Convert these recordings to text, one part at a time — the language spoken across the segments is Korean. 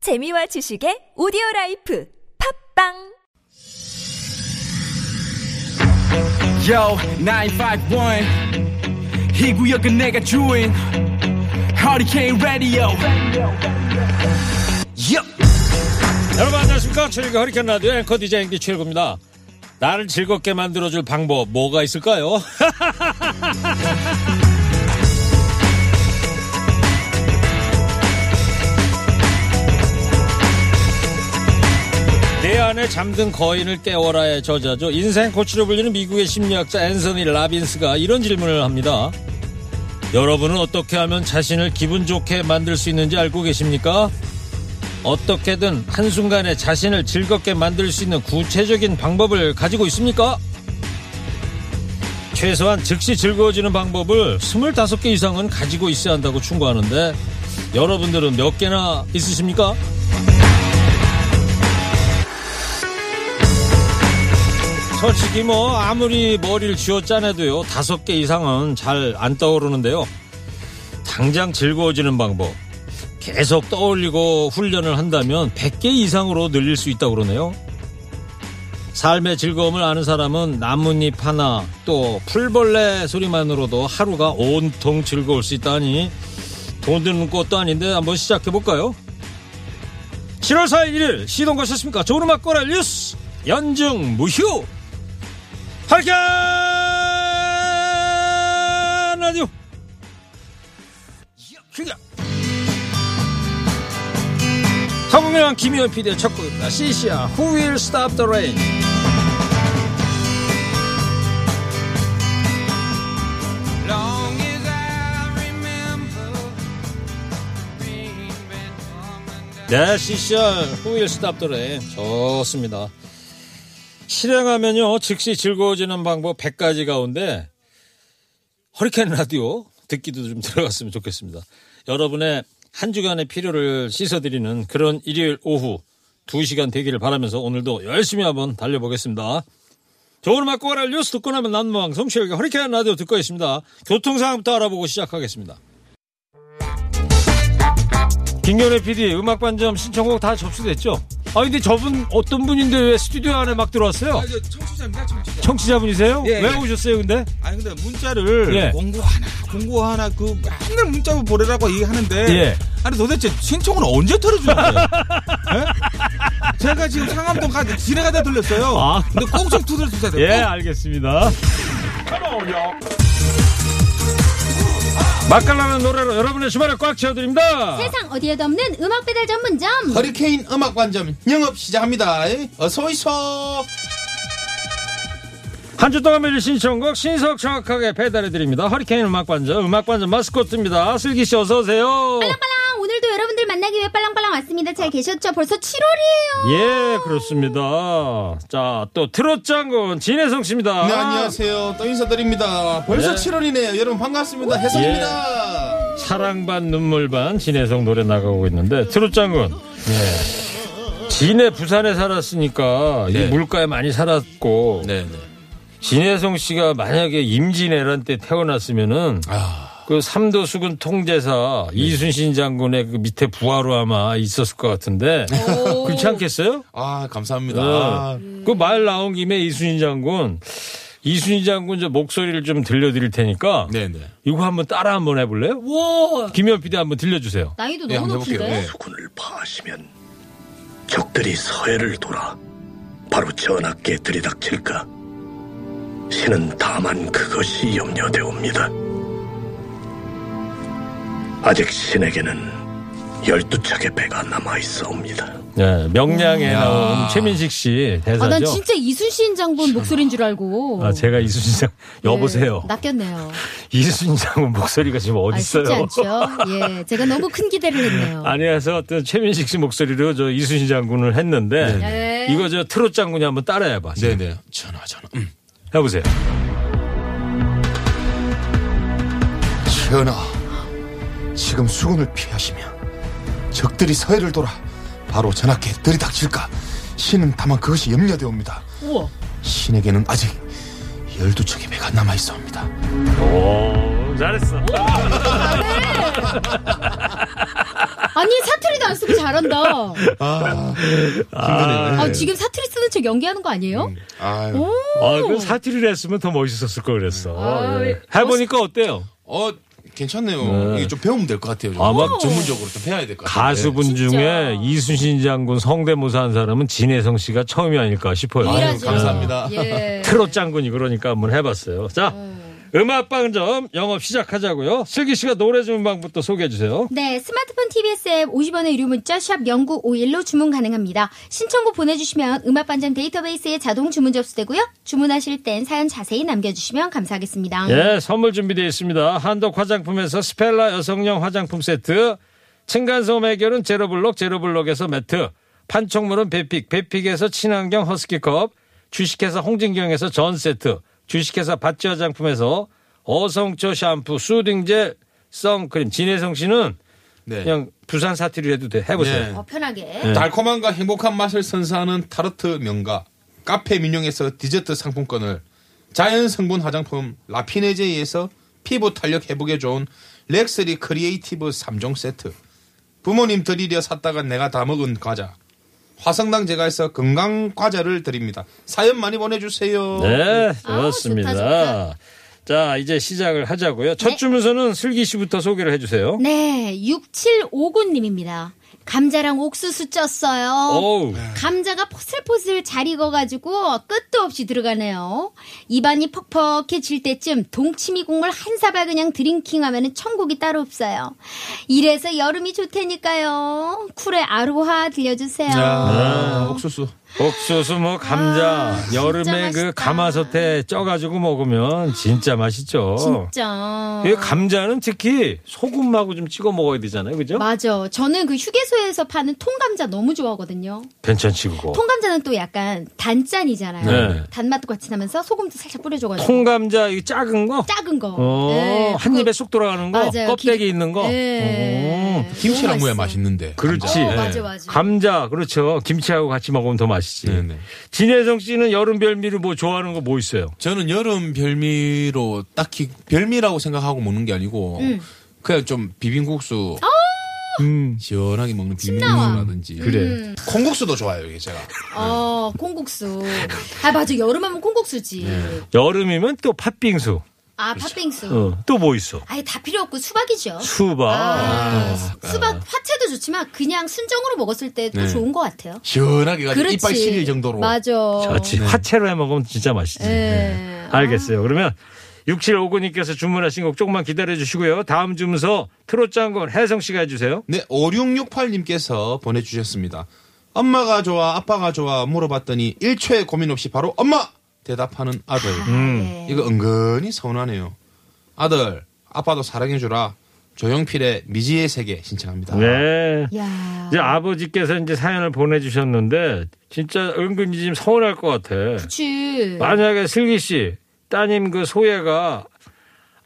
재미와 지식의 오디오 라이프 팝빵 Yo, 951. 이 구역은 내가 주인. Hurricane Radio. Yup. 여러분 안녕하십니까 최일구 허리케인 라디오 앵커 디자인 최일구입니다 나를 즐겁게 만들어줄 방법 뭐가 있을까요? 내 안에 잠든 거인을 깨워라의 저자죠 인생 코치로 불리는 미국의 심리학자 앤서니 라빈스가 이런 질문을 합니다 여러분은 어떻게 하면 자신을 기분 좋게 만들 수 있는지 알고 계십니까? 어떻게든 한순간에 자신을 즐겁게 만들 수 있는 구체적인 방법을 가지고 있습니까? 최소한 즉시 즐거워지는 방법을 25개 이상은 가지고 있어야 한다고 충고하는데 여러분들은 몇 개나 있으십니까? 솔직히 뭐 아무리 머리를 쥐어짜내도요 다섯 개 이상은 잘 안 떠오르는데요 당장 즐거워지는 방법 계속 떠올리고 훈련을 한다면 100개 이상으로 늘릴 수 있다고 그러네요. 삶의 즐거움을 아는 사람은 나뭇잎 하나 또 풀벌레 소리만으로도 하루가 온통 즐거울 수 있다니 돈 드는 것도 아닌데 한번 시작해볼까요? 7월 4일 1일 시동 거셨습니까? 좋은 음악 꺼라 뉴스 연중 무휴 하리캔 라디오 휴가 성명한 김희원 PD의 첫 곡입니다. 시시아, Who Will Stop the Rain? Long as I remember being bedbound. 네, 시시아, Who Will Stop the Rain? 좋습니다. 실행하면요, 즉시 즐거워지는 방법 100가지 가운데, 허리케인 라디오 듣기도 좀 들어갔으면 좋겠습니다. 여러분의 한 주간의 필요를 씻어드리는 그런 일요일 오후 2시간 되기를 바라면서 오늘도 열심히 한번 달려보겠습니다. 좋은 음악 꼬아랄 뉴스 듣고 나면 남는 방송 실기 허리케인 라디오 듣고 있습니다. 교통상황부터 알아보고 시작하겠습니다. 김경래 PD 음악 반점 신청곡 다 접수됐죠? 아 근데 저분 어떤 분인데 왜 스튜디오 안에 막 들어왔어요? 아, 저 청취자입니다, 청취자. 청취자분이세요? 예, 왜 예. 오셨어요 근데? 아니 근데 문자를 예. 공고 하나, 공고 하나 그 맨날 문자 보내라고 얘기하는데 예. 아니 도대체 신청은 언제 털어주는 거예요? 예? 제가 지금 상암동까지 지뢰가다 들렸어요. 아. 근데 꼭 좀 두드려 주셔야 돼요. 예 알겠습니다 맛깔나는 노래로 여러분의 주말을 꽉 채워드립니다 세상 어디에도 없는 음악 배달 전문점 허리케인 음악 관점 영업 시작합니다. 어서 오이소. 한 주 동안 매주 신청곡 신속 정확하게 배달해드립니다 허리케인 음악반점 음악반점 마스코트입니다 슬기씨 어서오세요 빨랑빨랑 오늘도 여러분들 만나기 위해 빨랑빨랑 왔습니다 잘 계셨죠? 벌써 7월이에요 예 그렇습니다 자 또 트롯 장군 진혜성 씨입니다 네 안녕하세요. 또 인사드립니다. 벌써 아. 네. 예. 7월이네요. 여러분 반갑습니다. 해성입니다. 사랑 반 눈물 반 진혜성 노래 나가고 있는데 트롯 장군. 예. 진해 부산에 살았으니까 네. 이 물가에 많이 살았고 진혜성 씨가 만약에 임진왜란 때 태어났으면은 아, 그 삼도 수군 통제사 네. 이순신 장군의 그 밑에 부하로 아마 있었을 것 같은데 그렇지 않겠어요? 아 감사합니다. 아, 그 말 나온 김에 이순신 장군 이순신 장군 저 목소리를 좀 들려드릴 테니까 네네. 이거 한번 따라 한번 해볼래요? 김현 PD 한번 들려주세요. 네. 난이도 예, 너무 한번 높은데 해볼게요. 예. 군을 파하시면 적들이 서해를 돌아 바로 전하께 들이닥칠까 신은 다만 그것이 염려되옵니다 아직 신에게는 열두 척의 배가 남아있사옵니다 네, 명량에 아. 나온 최민식 씨 아, 대사죠. 난 진짜 이순신 장군 목소리인 줄 알고 아, 제가 이순신 장 여보세요. 예, 낚였네요 이순신 장군 목소리가 지금 아, 어디 쉽지 있어요? 않죠 예, 제가 너무 큰 기대를 했네요 아니 해서 어떤 최민식 씨 목소리로 저 이순신 장군을 했는데 네. 이거 저 트롯 장군이 한번 따라해봐. 지금. 네네. 전화 전화. 음. 해보세요. 전하, 지금 수군을 피하시면 적들이 서해를 돌아 바로 전하께 들이닥칠까 신은 다만 그것이 염려되옵니다. 우와 신에게는 아직 열두 척의 배가 남아 있어옵니다. 어, 오, 잘했어. 아 아니 사투리도 안 쓰고 잘한다. 네. 아, 힘드네. 아 지금 사투리 쓰는 척 연기하는 거 아니에요? 음. 아유. 오. 아, 그 사투리를 했으면 더 멋있었을 걸 그랬어. 아, 예. 왜- 해보니까 어때요? 어, 괜찮네요. 이게 좀 배우면 될 것 같아요. 좀. 아, 막 전문적으로 좀 배워야 될 것 같아요. 가수분 진짜. 중에 이순신 장군 성대모사 한 사람은 진혜성 씨가 처음이 아닐까 싶어요. 네. 아유, 유일하죠. 감사합니다. 예. 트롯 장군이 그러니까 한번 해봤어요. 자, 음. 음악방점 영업 시작하자고요. 슬기 씨가 노래 주문방부터 소개해 주세요. 네, 스마트폰 TBS 앱 50원의 유료 문자 샵 0951로 주문 가능합니다. 신청곡 보내주시면 음악반장 데이터베이스에 자동 주문 접수되고요. 주문하실 땐 사연 자세히 남겨주시면 감사하겠습니다. 예, 선물 준비되어 있습니다. 한독 화장품에서 스펠라 여성용 화장품 세트, 층간소음 해결은 제로블록, 제로블록에서 매트, 판촉물은 베픽, 베픽에서 친환경 허스키컵, 주식회사 홍진경에서 전 세트, 주식회사 바찌 화장품에서 어성초 샴푸, 수딩젤, 선크림. 진혜성 씨는 네. 그냥 부산 사투리 해도 돼. 해보세요. 네. 어, 편하게. 달콤함과 행복한 맛을 선사하는 타르트 명가 카페 민영에서 디저트 상품권을 자연 성분 화장품 라피네제이에서 피부 탄력 회복에 좋은 렉스리 크리에이티브 3종 세트 부모님 드리려 샀다가 내가 다 먹은 과자 화성당 제과에서 건강 과자를 드립니다 사연 많이 보내주세요 네, 어, 음. 아우, 좋았습니다. 좋다, 좋다. 자, 이제 시작을 하자고요. 첫 네. 주문서는 슬기 씨부터 소개를 해주세요. 네, 6759님입니다. 감자랑 옥수수 쪘어요. 어우, 감자가 포슬포슬 잘 익어가지고 끝도 없이 들어가네요. 입안이 퍽퍽해질 때쯤 동치미 국물 한 사발 그냥 드링킹하면 천국이 따로 없어요. 이래서 여름이 좋다니까요. 쿨의 아로하 들려주세요. 네. 아, 옥수수 옥수수 뭐 감자 아, 진짜 여름에 그 맛있다. 가마솥에 쪄가지고 먹으면 진짜 맛있죠. 진짜. 이 감자는 특히 소금하고 좀 찍어 먹어야 되잖아요, 그죠? 맞아. 저는 그 휴게소에서 파는 통감자 너무 좋아하거든요. 괜찮지 그거. 통감자는 또 약간 단짠이잖아요. 네. 단맛도 같이 나면서 소금도 살짝 뿌려줘가지고. 통... 감자이 작은 거. 작은 거. 어, 네, 한 그거- 입에 쏙 들어가는 거, 맞아요. 껍데기 기- 있는 거. 음, 네. 김치랑 너무 맛있어. 무야 맛있는데 그렇지. 어, 예. 맞아, 맞아. 감자 그렇죠. 김치하고 같이 먹으면 더 맛있지. 네네. 진혜성 씨는 여름 별미를 뭐 좋아하는 거 뭐 있어요? 저는 여름 별미로 딱히 별미라고 생각하고 먹는 게 아니고 음. 그냥 좀 비빔국수 아! 음. 시원하게 먹는 음. 비빔국수라든지 그래. 콩국수도 좋아요 이게 제가 어, 콩국수. 아, 맞아. 여름하면 콩국수지. 여름이면 또 팥빙수. 아, 팥빙수. 어. 또 뭐 있어? 아예 다 필요 없고 수박이죠. 수박. 아, 수- 수박 화채도 좋지만 그냥 순정으로 먹었을 때도 네. 좋은 것 같아요. 시원하게 가지고 그렇지. 이빨 시릴 정도로 맞아. 그렇지. 화채로 해 먹으면 진짜 맛있지. 어, 네. 알겠어요. 그러면 6759님께서 주문하신 곡 조금만 기다려 주시고요. 다음 주문서 트롯 장군 혜성 씨가 해주세요. 네 5668님께서 보내주셨습니다 엄마가 좋아 아빠가 좋아 물어봤더니 일초의 고민 없이 바로 엄마 대답하는 아들 음. 네. 이거 은근히 서운하네요 아들 아빠도 사랑해주라 조용필의 미지의 세계 신청합니다 네. 아. 야. 이제 아버지께서 이제 사연을 보내주셨는데 진짜 은근히 지금 서운할 것 같아. 그치. 만약에 슬기 씨 따님 그 소예가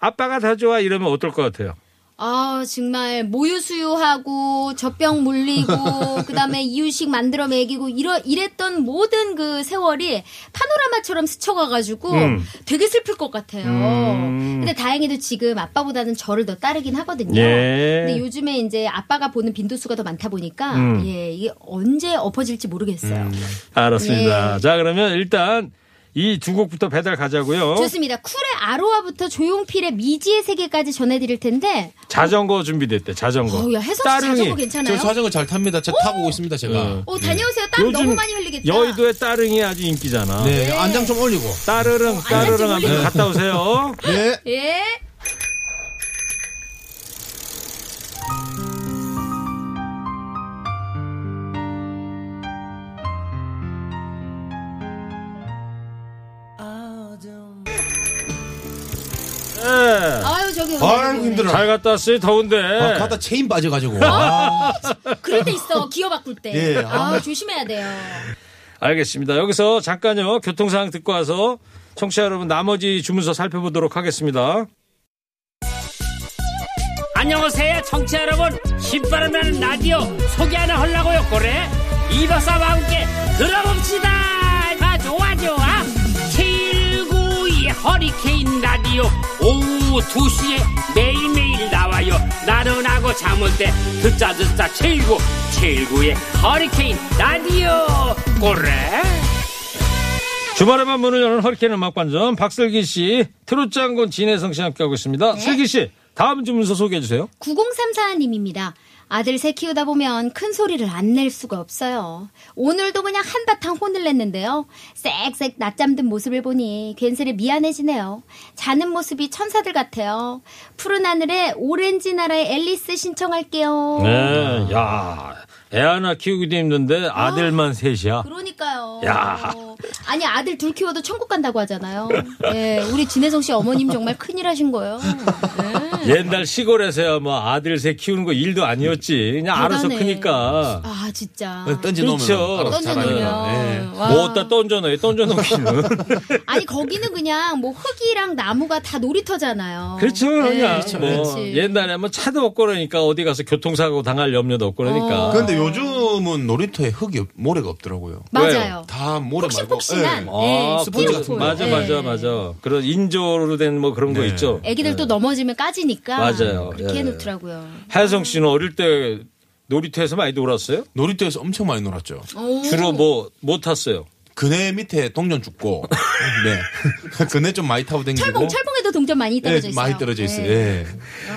아빠가 더 좋아 이러면 어떨 것 같아요? 아, 정말 모유수유하고 젖병 물리고 그다음에 이유식 만들어 먹이고 이러 이랬던 모든 그 세월이 파노라마처럼 스쳐가 가지고 음. 되게 슬플 것 같아요. 근데 다행히도 지금 아빠보다는 저를 더 따르긴 하거든요. 예. 근데 요즘에 이제 아빠가 보는 빈도수가 더 많다 보니까 음. 예, 이게 언제 엎어질지 모르겠어요. 알았습니다. 네. 자 그러면 일단 이 두 곡부터 배달 가자고요. 좋습니다. 쿨의 아로하부터 조용필의 미지의 세계까지 전해 드릴 텐데 자전거 준비됐대. 자전거. 어우, 야, 해서 자전거 괜찮아요? 저 자전거 잘 탑니다. 저 타고 오고 있습니다, 제가. 오, 다녀오세요. 땀 너무 많이 흘리겠다. 여의도에 따릉이 아주 인기잖아. 네, 안장 좀 올리고. 어, 따르릉 따르릉 하면 갔다 오세요. 네. 예. 네. 아유 저기 아이고, 힘들어. 잘 갔다 왔어요. 더운데. 아, 가다 체인 빠져가지고. 아, 그럴 때 있어 기어 바꿀 때. 예, 아, 아. 조심해야 돼요. 알겠습니다. 여기서 잠깐요. 교통 상황 듣고 와서 청취자 여러분 나머지 주문서 살펴보도록 하겠습니다. 안녕하세요 청취자 여러분 신바람 나는 라디오 소개 하나 하려고요 그래 이박사와 함께 들어봅시다 아 좋아 좋아 792 허리케인 라디오 오후 2시에 매일매일 나와요 나른하고 잠올 때 듣자 듣자 7구 7구의 허리케인 라디오 꼬레 주말에만 문을 여는 허리케인 음악관전 박슬기 씨, 트롯장군 진혜성 씨 함께하고 있습니다. 네. 슬기 씨, 다음 주문서 소개해 주세요. 9034님입니다. 아들 새 키우다 보면 큰 소리를 안 낼 수가 없어요. 오늘도 그냥 한바탕 혼을 냈는데요. 쌕쌕 낮잠든 모습을 보니 괜스레 미안해지네요. 자는 모습이 천사들 같아요. 푸른 하늘에 오렌지 나라의 앨리스 신청할게요. 네, 야, 애 하나 키우기도 힘든데 아들만 셋이야. 그러니까요. 야. 아니 아들 둘 키워도 천국 간다고 하잖아요. 예, 우리 진혜성 씨 어머님 정말 큰일 하신 거예요. 예. 옛날 시골에서야 뭐 아들 셋 키우는 거 일도 아니었지. 그냥 알아서 대단해. 크니까. 아 진짜. 던지 놓으면 그렇죠. 알아서 잘 던져놓으면. 알아요. 예. 와. 네. 뭐다 던져넣어, 던져넣기는. 아니 거기는 그냥 뭐 흙이랑 나무가 다 놀이터잖아요. 그렇죠, 그냥. 그렇죠, 뭐 그렇지. 옛날에 뭐 차도 없고 그러니까 어디 가서 교통사고 당할 염려도 없고 어. 그러니까. 아. 그런데 요즘은 놀이터에 흙이 없- 모래가 없더라고요. 맞아요. 다 모래 말고 폭신폭신한 예. 아, 네, 스펀지 그- 같은 거. 맞아, 네. 맞아, 맞아. 그런 인조로 된 뭐 그런 거 네. 있죠. 애기들 또 넘어지면 까지니까 맞아요. 그렇게 예. 해놓더라고요. 하혜성 씨는 어릴 때 놀이터에서 많이 놀았어요? 놀이터에서 엄청 많이 놀았죠. 오. 주로 뭐, 뭐 탔어요? 그네 밑에 동전 죽고 네 그네 좀 많이 타고 댕기고 철봉 철봉에도 동전 많이 예, 떨어져 있어요. 많이 떨어져 있어요. 예.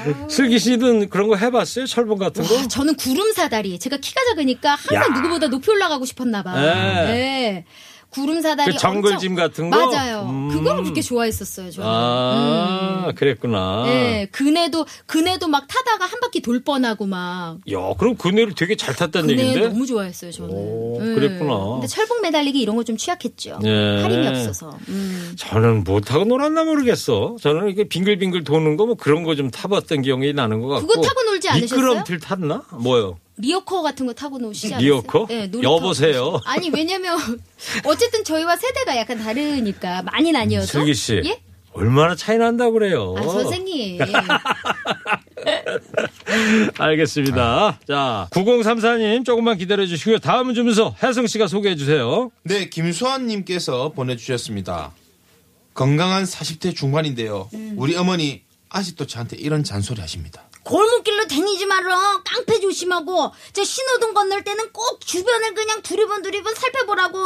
예. 슬기 씨는 그런 거 해봤어요? 철봉 같은 거? 와, 아, 저는 구름 사다리. 제가 키가 작으니까 항상 누구보다 높이 올라가고 싶었나 봐. 예. 예. 구름 사다리. 그 정글짐 같은 엄청- 거? 맞아요. 음. 그걸 그렇게 좋아했었어요. 저는. 아, 그랬구나. 예. 그네도 그네도 막 타다가 한 바퀴 돌 뻔하고 막. 야, 그럼 그네를 되게 잘 탔다는 근데 얘기인데? 너무 좋아했어요 저는. 오, 예. 그랬구나. 근데 철봉 매달리기 이런 거 좀 취약했죠. 예. 할인이 없어서. 음. 저는 못하고 놀았나 모르겠어. 저는 이렇게 빙글빙글 도는 거 뭐 그런 거 좀 타봤던 기억이 나는 것 같고. 그거 타고 놀지 않으셨어요? 미끄럼틀 탔나? 뭐요? 리어커 같은 거 타고 노시지 않았어요? 리어커? 예, 놀이터. 여보세요. 아니 왜냐면 어쨌든 저희와 세대가 약간 다르니까 많이 나뉘어서. 슬기 씨. 예? 얼마나 차이 난다 그래요. 아 선생님. 알겠습니다. 자, 9034님 조금만 기다려 주시고요. 다음 주문서 혜성 씨가 소개해 주세요. 네 김수환님께서 보내주셨습니다. 건강한 40대 중반인데요. 음. 우리 어머니 아직도 저한테 이런 잔소리 하십니다. 골목길로 다니지 말어. 깡패 조심하고 저 신호등 건널 때는 꼭 주변을 그냥 두리번 두리번 살펴보라고.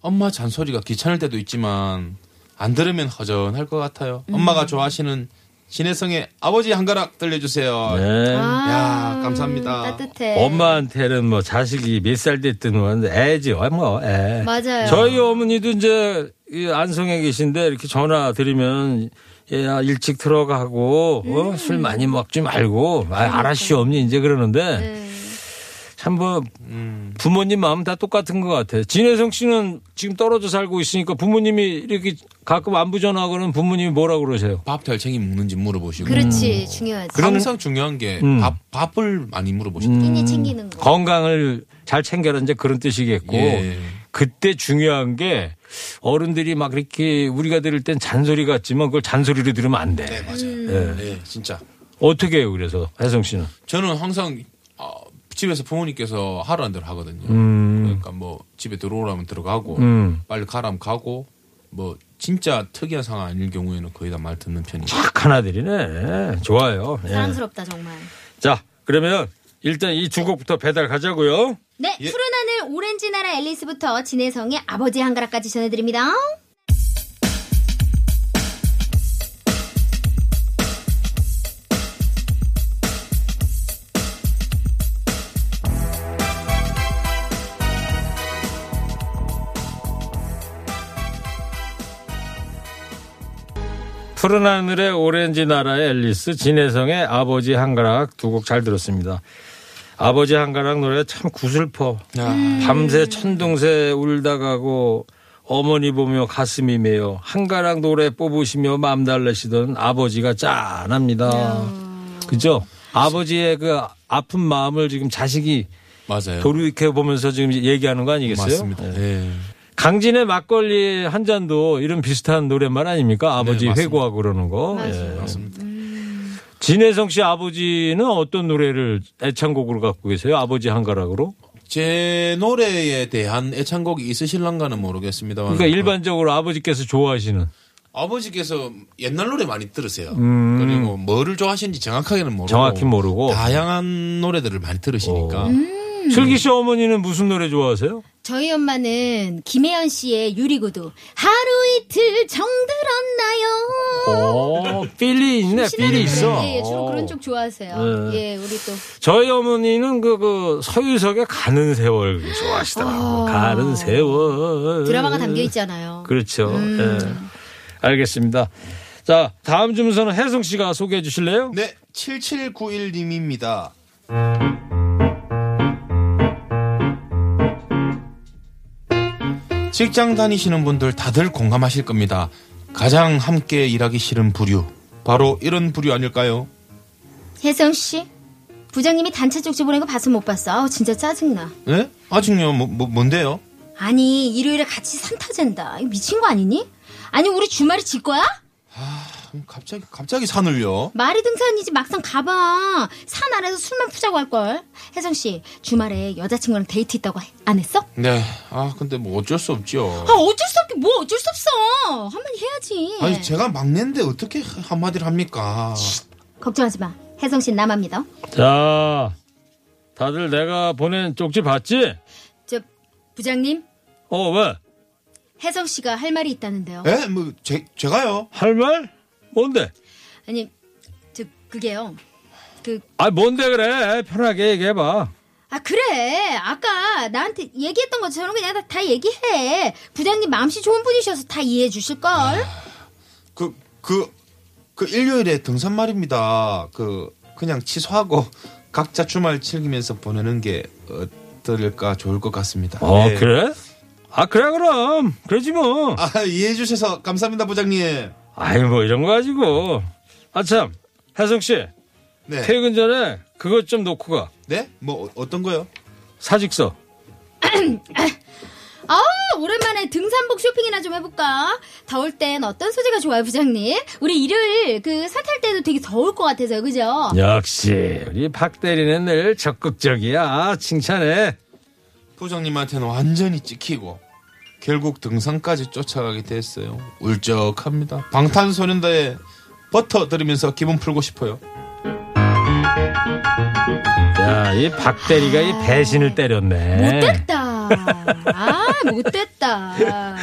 엄마 잔소리가 귀찮을 때도 있지만 안 들으면 허전할 것 같아요. 음. 엄마가 좋아하시는 신혜성의 아버지 한가락 들려주세요. 네. 아, 야 감사합니다. 따뜻해. 엄마한테는 뭐 자식이 몇 살 됐든 뭐 애지 뭐 애. 맞아요. 저희 어머니도 이제 이 안성에 계신데 이렇게 전화 드리면 얘야 일찍 들어가고 어? 술 많이 먹지 말고 아, 알았시오니 이제 그러는데 참 뭐 부모님 마음 다 똑같은 것 같아요. 진혜성 씨는 지금 떨어져 살고 있으니까 부모님이 이렇게 가끔 안부 전화하고는 부모님이 뭐라 그러세요? 밥 잘 챙겨 먹는지 물어보시고 음. 그렇지 중요하지. 항상 중요한 게 음. 밥, 밥을 많이 물어보시고 끼니 챙기는 거. 건강을 잘 챙겨라 이제 그런 뜻이겠고 예. 그때 중요한 게 어른들이 막 이렇게 우리가 들을 땐 잔소리 같지만 그걸 잔소리로 들으면 안 돼. 맞아요. 네, 진짜. 어떻게 해요 그래서 혜성 씨는? 저는 항상 어, 집에서 부모님께서 하라는 대로 하거든요. 그러니까 뭐 집에 들어오라면 들어가고 음. 빨리 가라면 가고 뭐 진짜 특이한 상황 아닐 경우에는 거의 다 말 듣는 편이죠. 착한 아들이네. 좋아요. 예. 사랑스럽다 정말. 자 그러면 일단 이 두 곡부터 배달 가자고요. 네, 예. 푸른 하늘 오렌지 나라 앨리스부터 진해성의 아버지 한가락까지 전해드립니다. 푸른 하늘의 오렌지 나라의 앨리스, 진혜성의 아버지 한가락 두 곡 잘 들었습니다. 아버지 한가락 노래 참 구슬퍼. 밤새 천둥새 울다 가고 어머니 보며 가슴이 메요. 한가락 노래 뽑으시며 맘 달래시던 아버지가 짠합니다. 그죠? 아버지의 그 아픈 마음을 지금 자식이 맞아요. 돌이켜 보면서 지금 얘기하는 거 아니겠어요? 네. 맞습니다. 예. 네. 강진의 막걸리 한 잔도 이런 비슷한 노랫말 아닙니까? 아버지 네, 맞습니다. 회고하고 그러는 거. 예. 음. 진혜성 씨 아버지는 어떤 노래를 애창곡으로 갖고 계세요? 아버지 한가락으로? 제 노래에 대한 애창곡이 있으실랑가는 모르겠습니다만. 그러니까 일반적으로 아버지께서 좋아하시는. 아버지께서 옛날 노래 많이 들으세요. 그리고 뭐를 좋아하시는지 정확하게는 모르고 정확히 모르고. 다양한 노래들을 많이 들으시니까 음. 슬기 씨 어머니는 무슨 노래 좋아하세요? 저희 엄마는 김혜연 씨의 유리구두 하루 이틀 정들었나요? 오, 필이 있네, 필이 어, 있어. 어, 네. 예, 예, 주로 그런 쪽 좋아하세요. 예, 우리 또 저희 어머니는 그, 그, 서유석의 가는 세월 좋아하시더라고요. 가는 세월. 드라마가 담겨 있잖아요. 그 그렇죠. 예. 알겠습니다. 자, 다음 주문서는 혜성 씨가 소개해 주실래요? 네, 7791님입니다. 직장 다니시는 분들 다들 공감하실 겁니다. 가장 함께 일하기 싫은 부류. 바로 이런 부류 아닐까요? 혜성 씨, 부장님이 단체 쪽지 보낸 거 봐서 못 봤어. 아우, 진짜 짜증나. 네? 아직요, 뭐, 뭐, 뭔데요? 아니, 일요일에 같이 산타 잰다. 이거 미친 거 아니니? 아니, 우리 주말에 질 거야? 음, 갑자기, 갑자기 산을요? 말이 등산이지 막상 가봐. 산 아래서 술만 푸자고 할걸. 혜성 씨, 주말에 여자친구랑 데이트 있다고 안 했어? 네. 아, 근데 뭐 어쩔 수 없죠. 아, 어쩔 수 없게 뭐 어쩔 수 없어. 한마디 해야지. 아니, 제가 막내인데 어떻게 한마디를 합니까? 걱정하지 마. 혜성 씨는 나만 믿어. 자, 다들 내가 보낸 쪽지 봤지? 저, 부장님, 어, 왜? 혜성 씨가 할 말이 있다는데요. 예? 뭐, 제, 제가요? 할 말? 뭔데? 아니, 저, 그게요. 그, 아, 뭔데 그래? 편하게 얘기해봐. 아, 그래. 아까 나한테 얘기했던 것처럼 그냥 다, 다 얘기해. 부장님 마음씨 좋은 분이셔서 다 이해해 주실걸? 그, 그, 그 일요일에 등산 말입니다. 그, 그냥 취소하고 각자 주말 즐기면서 보내는 게 어떨까 좋을 것 같습니다. 어, 예. 그래? 아, 그래, 그럼. 그러지 뭐. 아, 이해해 주셔서 감사합니다, 부장님. 아이, 뭐 이런 거 가지고. 아, 참. 혜성씨, 네. 퇴근 전에 그것 좀 놓고 가. 네? 뭐, 어- 어떤 거요? 사직서. 아, 오랜만에 등산복 쇼핑이나 좀 해볼까? 더울 땐 어떤 소재가 좋아요, 부장님? 우리 일요일 그 사탈 때도 되게 더울 것 같아서요, 그죠? 역시, 우리 박 대리는 늘 적극적이야. 칭찬해. 부장님한테는 완전히 찍히고 결국 등산까지 쫓아가게 됐어요. 울적합니다. 방탄소년단의 버터 들으면서 기분 풀고 싶어요. 야, 이 박 대리가 이 배신을 때렸네. 못됐다. 아, 못됐다.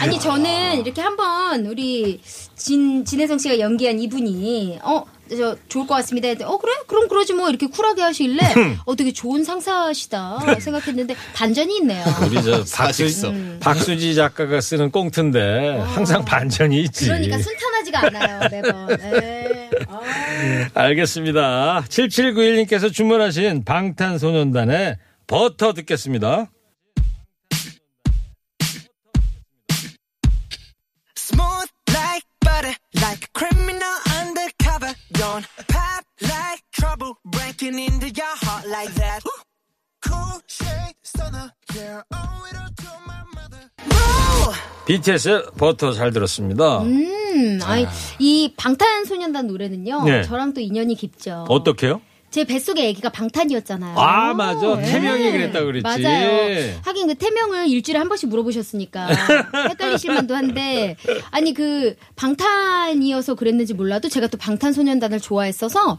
아니, 저는 이렇게 한번 우리 진, 진혜성 씨가 연기한 이분이, 어, 저, 좋을 것 같습니다. 했더니, 어, 그래? 그럼 그러지 뭐. 이렇게 쿨하게 하실래? 어, 되게 좋은 상사시다. 생각했는데, 반전이 있네요. 네. 우리 저 사직서. 박수, 박수지 작가가 쓰는 꽁트인데 항상 반전이 있지. 어. 그러니까 순탄하지가 않아요, 매번. 네. 아. 에 알겠습니다. 7791님께서 주문하신 방탄소년단의 버터 듣겠습니다. Smooth like butter, like a criminal undercover. Don't pop like trouble, breaking into your heart like that. Cool shade stunner, yeah, owe it all to my mother. Whoa! BTS의 버터 잘 들었습니다. 음, 아이, 이 방탄소년단 노래는요. 네. 저랑 또 인연이 깊죠. 어떻게요? 제 뱃속에 아기가 방탄이었잖아요. 아, 맞아. 네. 태명이 그랬다 그랬지. 맞아요. 하긴 그 태명을 일주일에 한 번씩 물어보셨으니까 헷갈리실만도 한데 아니 그 방탄이어서 그랬는지 몰라도 제가 또 방탄소년단을 좋아했어서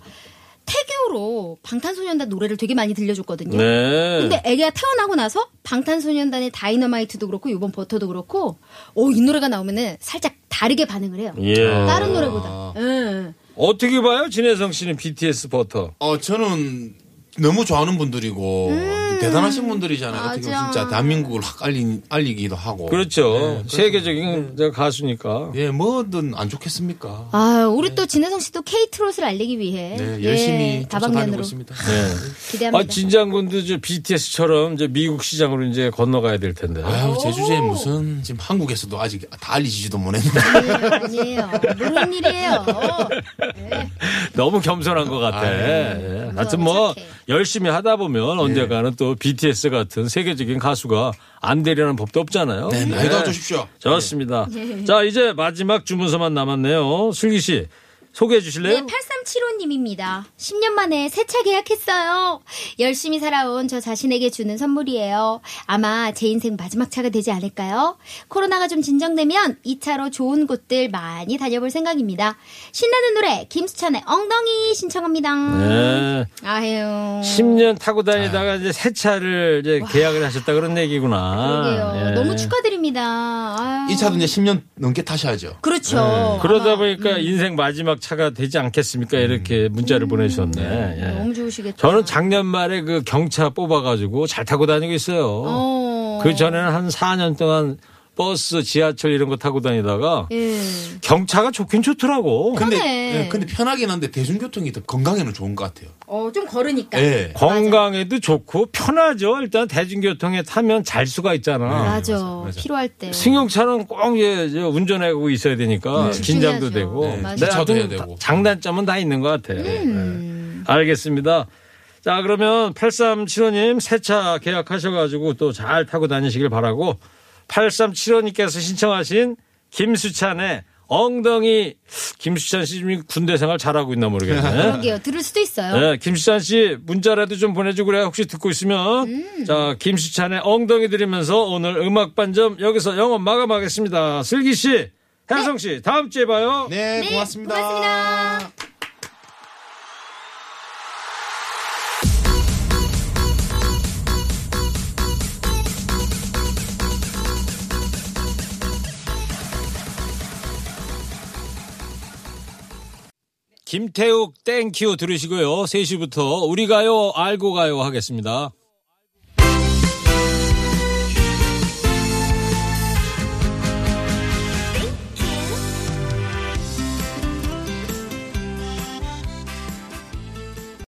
태교로 방탄소년단 노래를 되게 많이 들려줬거든요. 네. 근데 애기가 태어나고 나서 방탄소년단의 다이너마이트도 그렇고 요번 버터도 그렇고 오 이 노래가 나오면은 살짝 다르게 반응을 해요. 예. 다른 노래보다. 아. 예. 어떻게 봐요? 진혜성 씨는 BTS 버터. 어 저는 너무 좋아하는 분들이고 대단하신 분들이잖아요. 어떻게 보면 맞아. 진짜 대한민국을 확 알리, 알리기도 하고 네, 그렇죠. 세계적인 저 가수니까. 아, 예, 뭐든 안 좋겠습니까? 아, 우리 또 진혜성 씨도 K 트롯을 알리기 위해 네, 열심히 예, 다방면으로 다방면으로 있습니다. 네. 기대합니다. 아, 진장군도 저 BTS처럼 저 미국 시장으로 이제 건너가야 될 텐데. 네. 아유, 제주제 무슨 지금 한국에서도 아직 다 알리지도 못했는데. 네, 아니에요, 아니에요. 모르는 일이에요. 어. 너무 겸손한 것 같아. 예. 하여튼 뭐 착해. 열심히 하다 보면 예. 언젠가는 또 BTS 같은 세계적인 가수가 안 되려는 법도 없잖아요. 네, 네. 나이도 주십시오. 예. 좋습니다. 자 이제 마지막 주문서만 남았네요. 슬기 씨 소개해 네, 주실래요? 83 3375님입니다. 10년 만에 세차 계약했어요. 열심히 살아온 저 자신에게 주는 선물이에요. 아마 제 인생 마지막 차가 되지 않을까요? 코로나가 좀 진정되면 이 차로 좋은 곳들 많이 다녀볼 생각입니다. 신나는 노래 김수찬의 엉덩이 신청합니다. 네. 아유. 10년 타고 아. 다니다가 이제 새 차를 이제 계약을 하셨다 그런 얘기구나. 그러게요. 예. 너무 축하드립니다. 아유. 이 차도 이제 10년 넘게 타셔야죠. 그렇죠. 네. 그러다 아마 보니까 인생 마지막 차가 되지 않겠습니까? 이렇게 음. 문자를 보내주셨네. 예. 너무 좋으시겠다. 저는 작년 말에 그 경차 뽑아가지고 잘 타고 다니고 있어요. 어. 그 전에는 한 4년 동안 버스, 지하철 이런 거 타고 다니다가 예. 경차가 좋긴 좋더라고. 그- 근데 편해. 예, 근데 편하긴 한데 대중교통이 더 건강에는 좋은 것 같아요. 어, 좀 걸으니까. 예. 건강에도 좋고 편하죠. 일단 대중교통에 타면 잘 수가 있잖아. 맞아. 필요할 때. 승용차는 꼭 예, 예, 운전하고 있어야 되니까 긴장도 집중해야죠. 되고 네, 맞아요. 내 주차도 아주 해야 되고. 다- 장단점은 다 있는 것 같아요. 음. 네. 알겠습니다. 자 그러면 8375님 새 차 계약하셔가지고 또 잘 타고 다니시길 바라고 8375님께서 신청하신 김수찬의 엉덩이 김수찬 씨 지금 군대 생활 잘하고 있나 모르겠네. 그러게요. 들을 수도 있어요. 네, 김수찬 씨 문자라도 좀 보내주고 그래 혹시 듣고 있으면 자 김수찬의 엉덩이 들으면서 오늘 음악 반점 여기서 영업 마감하겠습니다. 슬기 씨, 혜성 씨 다음 주에 봐요. 네, 고맙습니다. 김태욱 땡큐 들으시고요. 3시부터 우리 가요 알고 가요 하겠습니다.